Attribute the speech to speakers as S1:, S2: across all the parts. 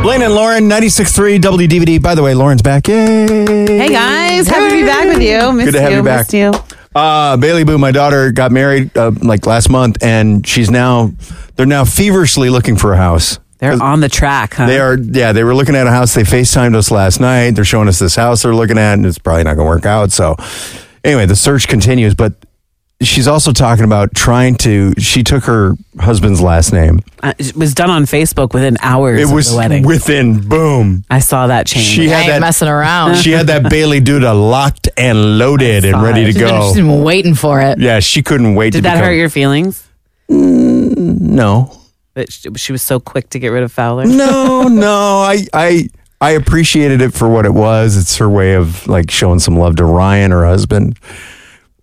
S1: Blaine and Lauren, 96.3 WDVD. By the way, Lauren's back. Yay.
S2: Hey guys, happy to be back with you. Missed
S1: Good to have you,
S2: you
S1: back.
S2: missed you.
S1: Uh, Bailey Boo, my daughter, got married uh, like last month, and she's now, they're now feverishly looking for a house.
S2: They're on the track, huh?
S1: They are, yeah, they were looking at a house. They FaceTimed us last night. They're showing us this house they're looking at, and it's probably not going to work out. So, anyway, the search continues, but she's also talking about trying to, she took her husband's last name.
S2: Uh, it was done on Facebook within hours
S1: It
S2: of
S1: was
S2: the wedding.
S1: within, boom.
S2: I saw that change.
S1: She
S3: I
S1: had
S3: ain't
S1: that.
S3: messing around.
S1: She had that Bailey Duda locked and loaded
S2: Uh-huh. I
S1: and
S2: saw
S1: ready
S2: it.
S1: to
S3: She's been,
S1: go.
S3: she's been waiting for it.
S1: Yeah, she couldn't wait to
S2: Did that
S1: become-
S2: hurt your feelings?
S1: No.
S2: That she, she was so quick to get rid of Fowler.
S1: No, no. I I I appreciated it for what it was. It's her way of like showing some love to Ryan, her husband.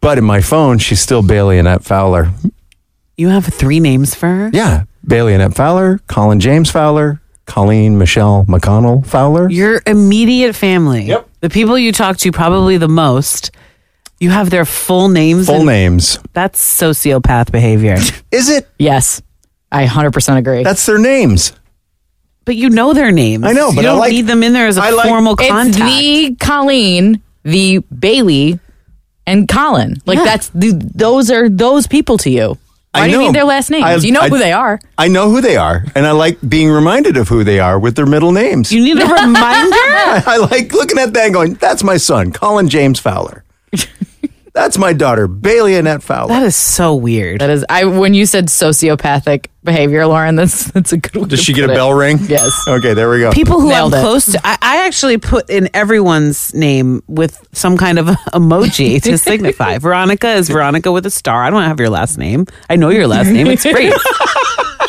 S1: But in my phone, she's still Bailey Annette Fowler.
S2: You have three names for her.
S1: Yeah. Bailey Annette Fowler, Colin James Fowler, Colleen Michelle McConnell Fowler.
S2: Your immediate family.
S1: Yep.
S2: The people you talk to probably the most. You have their full names.
S1: Full
S2: and
S1: names.
S2: That's sociopath behavior.
S1: Is it?
S3: Yes, I 100% agree.
S1: That's their names.
S2: but you know their names.
S1: I know, but
S2: you
S1: I
S2: don't
S1: like-
S2: need them in there as a
S1: I like-
S2: formal
S3: it's
S2: contact.
S3: the Colleen, the Bailey, and Colin. Like
S2: Yeah.
S3: that's the, those are those people to you. Why
S1: I
S3: do you
S1: know.
S3: need their last names?
S1: I-
S3: you know
S1: I-
S3: who they are.
S1: I know who they are, and I like being reminded of who they are with their middle names.
S2: you need a reminder.
S1: I like looking at that and going, that's my son, Colin James Fowler. that's my daughter, Bailey Annette Fowler.
S2: That is so weird.
S3: That is I when you said sociopathic behavior, Lauren. That's that's a good. Way
S1: Does
S3: to
S1: she
S3: put
S1: get a
S3: it.
S1: bell ring?
S3: Yes.
S1: Okay, there we go.
S2: people who
S3: Nailed
S2: I'm
S3: it.
S2: close to. I, I actually put in everyone's name with some kind of emoji to signify. Veronica is Veronica with a star. I don't have your last name. I know your last name. It's great.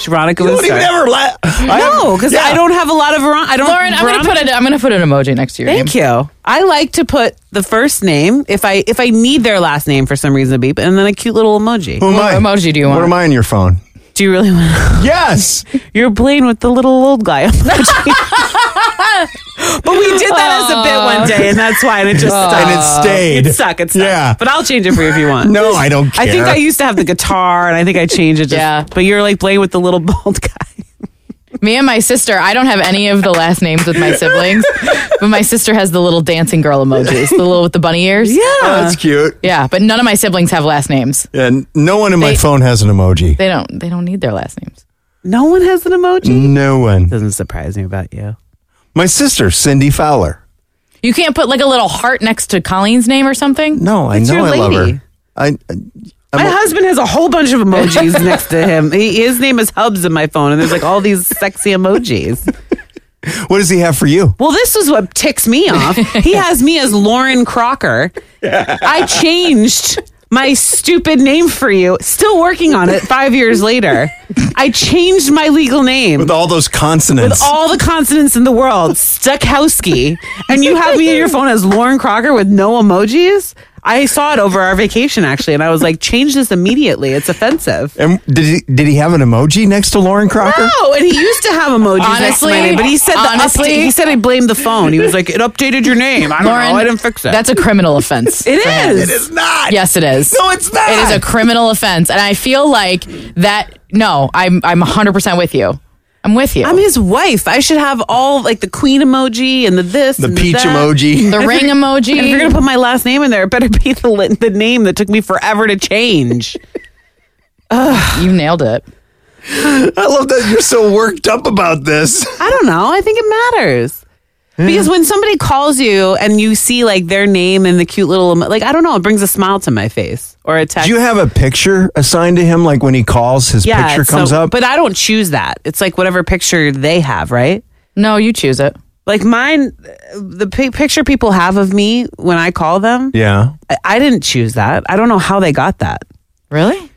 S2: Veronica
S1: You
S2: with
S1: don't
S2: a
S1: even
S2: star.
S1: ever la- I
S2: No,
S1: don't-
S2: because
S1: Yeah.
S2: I don't have a lot of Veronica. I don't.
S3: Lauren, I'm gonna
S2: Veronica-
S3: put it. I'm gonna put an emoji next to your name.
S2: Thank you. I like to put the first name if I if I need their last name for some reason to beep, and then a cute little emoji.
S1: Who am
S3: What
S1: I?
S3: emoji do you want?
S1: What am I on your phone?
S2: Do you really want?
S1: Yes.
S2: You're playing with the little old guy emoji. but we did that as a bit one day, and that's why, and it just
S3: Oh.
S2: stuck.
S1: and it stayed.
S2: It suck. It suck.
S1: Yeah.
S2: But I'll change it for you if you want.
S1: No, I don't care.
S2: I think I used to have the guitar, and I think I changed it. Just,
S3: Yeah.
S2: But you're like playing with the little bald guy.
S3: Me and my sister. I don't have any of the last names with my siblings, but my sister has the little dancing girl emojis, the little with the bunny ears.
S1: Oh, that's cute.
S3: Yeah, but none of my siblings have last names.
S1: And no one in my
S3: They-
S1: phone has an emoji.
S3: They don't. They don't need their last names.
S2: No one has an emoji.
S1: No one.
S2: Doesn't surprise me about you.
S1: My sister, Cindy Fowler.
S3: You can't put like a little heart next to Colleen's name or something.
S1: No, I
S2: It's
S1: know
S2: your
S1: I love
S2: lady.
S1: her. I,
S2: My
S1: I'm a-
S2: husband has a whole bunch of emojis next to him. He, his name is Hubs in my phone, and there's like all these sexy emojis.
S1: what does he have for you?
S2: Well, this is what ticks me off. He has me as Lauren Crocker. I changed my stupid name for you. Still working on it five years later. I changed my legal name.
S1: With all those consonants.
S2: all the consonants in the world, Stuckowski, and you have me in your phone as Lauren Crocker with no emojis. I saw it over our vacation actually, and I was like, change this immediately. It's offensive.
S1: And did he, did he have an emoji next to Lauren Crocker?
S2: No, and he used to have emojis next to my
S3: Honestly,
S2: name, but he said the
S3: honestly-
S2: update, he said he blamed the phone. He was like, it updated your name. I don't
S3: Lauren,
S2: know. I didn't fix it.
S3: That's a criminal offense.
S2: it
S3: for him.
S2: is.
S1: It is not.
S3: Yes, it is.
S1: No, it's not.
S3: It is a criminal offense, and I feel like that. No, I'm I'm 100 percent with you. I'm with you.
S2: I'm his wife. I should have all like the queen emoji and the this,
S1: The
S2: and
S1: peach
S2: that.
S1: emoji.
S3: the ring emoji.
S2: And if you're gonna put my last name in there, it better be the, li- the name that took me forever to change.
S3: you nailed it.
S1: I love that you're so worked up about this.
S2: I don't know. I think it matters. Because when somebody calls you and you see like their name and the cute little emo- like I don't know, it brings a smile to my face or a text.
S1: Do you have a picture assigned to him? Like when he calls, his
S2: yeah,
S1: picture
S2: so-
S1: comes up.
S2: But I don't choose that. It's like whatever picture they have, right?
S3: No, you choose it.
S2: Like mine, uh, the pi- picture people have of me when I call them,
S1: yeah.
S2: I, I didn't choose that. I don't know how they got that.
S3: Really?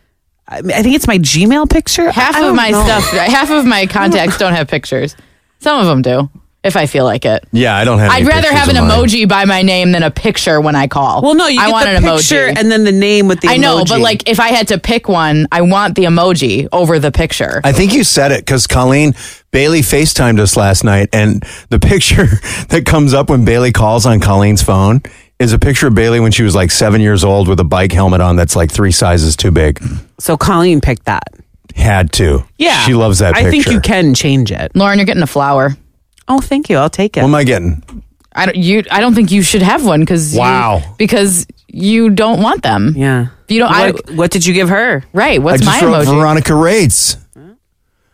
S2: I, mean, I think it's my Gmail picture.
S3: Half
S2: I
S3: of
S2: don't
S3: my
S2: know.
S3: stuff. Half of my contacts don't have pictures. Some of them do. If I feel like it.
S1: Yeah, I don't have.
S3: I'd
S1: any
S3: rather
S1: pictures
S3: have an
S1: of mine.
S3: emoji by my name than a picture when I call.
S2: Well, no, you
S3: I
S2: get
S3: want
S2: the
S3: an
S2: picture
S3: emoji.
S2: and then the name with the.
S3: I know, but
S2: emoji.
S3: like if I had to pick one, I want the emoji over the picture.
S1: I think you said it because Colleen Bailey FaceTimed us last night, and the picture that comes up when Bailey calls on Colleen's phone is a picture of Bailey when she was like seven years old with a bike helmet on that's like three sizes too big.
S2: so, Colleen picked that.
S1: Had to.
S2: Yeah,
S1: She loves that
S2: I
S1: picture.
S2: think you can change it.
S3: Lauren, you're getting a flower.
S2: Oh, thank you. I'll take it.
S1: What am I getting?
S3: I don't you I don't think you should have one cuz
S1: Wow.
S3: because you don't want them.
S2: yeah.
S3: You don't I
S2: What, what did you give her?
S3: right, what's
S1: I
S3: my
S1: just wrote
S3: emoji?
S1: Veronica rates.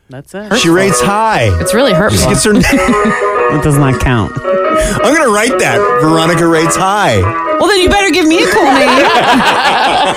S2: That's it.
S1: She rates high.
S3: It's really hurtful.
S1: Gets her- I'm
S2: That does not count.
S1: gonna write that. Veronica rates high.
S2: Well, then you better give me a cool name.